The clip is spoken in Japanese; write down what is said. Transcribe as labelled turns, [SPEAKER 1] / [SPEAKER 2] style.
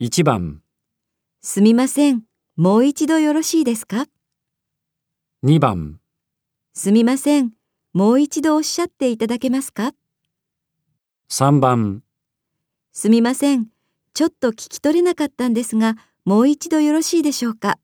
[SPEAKER 1] 1番、
[SPEAKER 2] すみません。もう一度よろしいですか
[SPEAKER 1] 2番、
[SPEAKER 2] すみません。もう一度おっしゃっていただけますか
[SPEAKER 1] 3番、
[SPEAKER 2] すみません。ちょっと聞き取れなかったんですが、もう一度よろしいでしょうか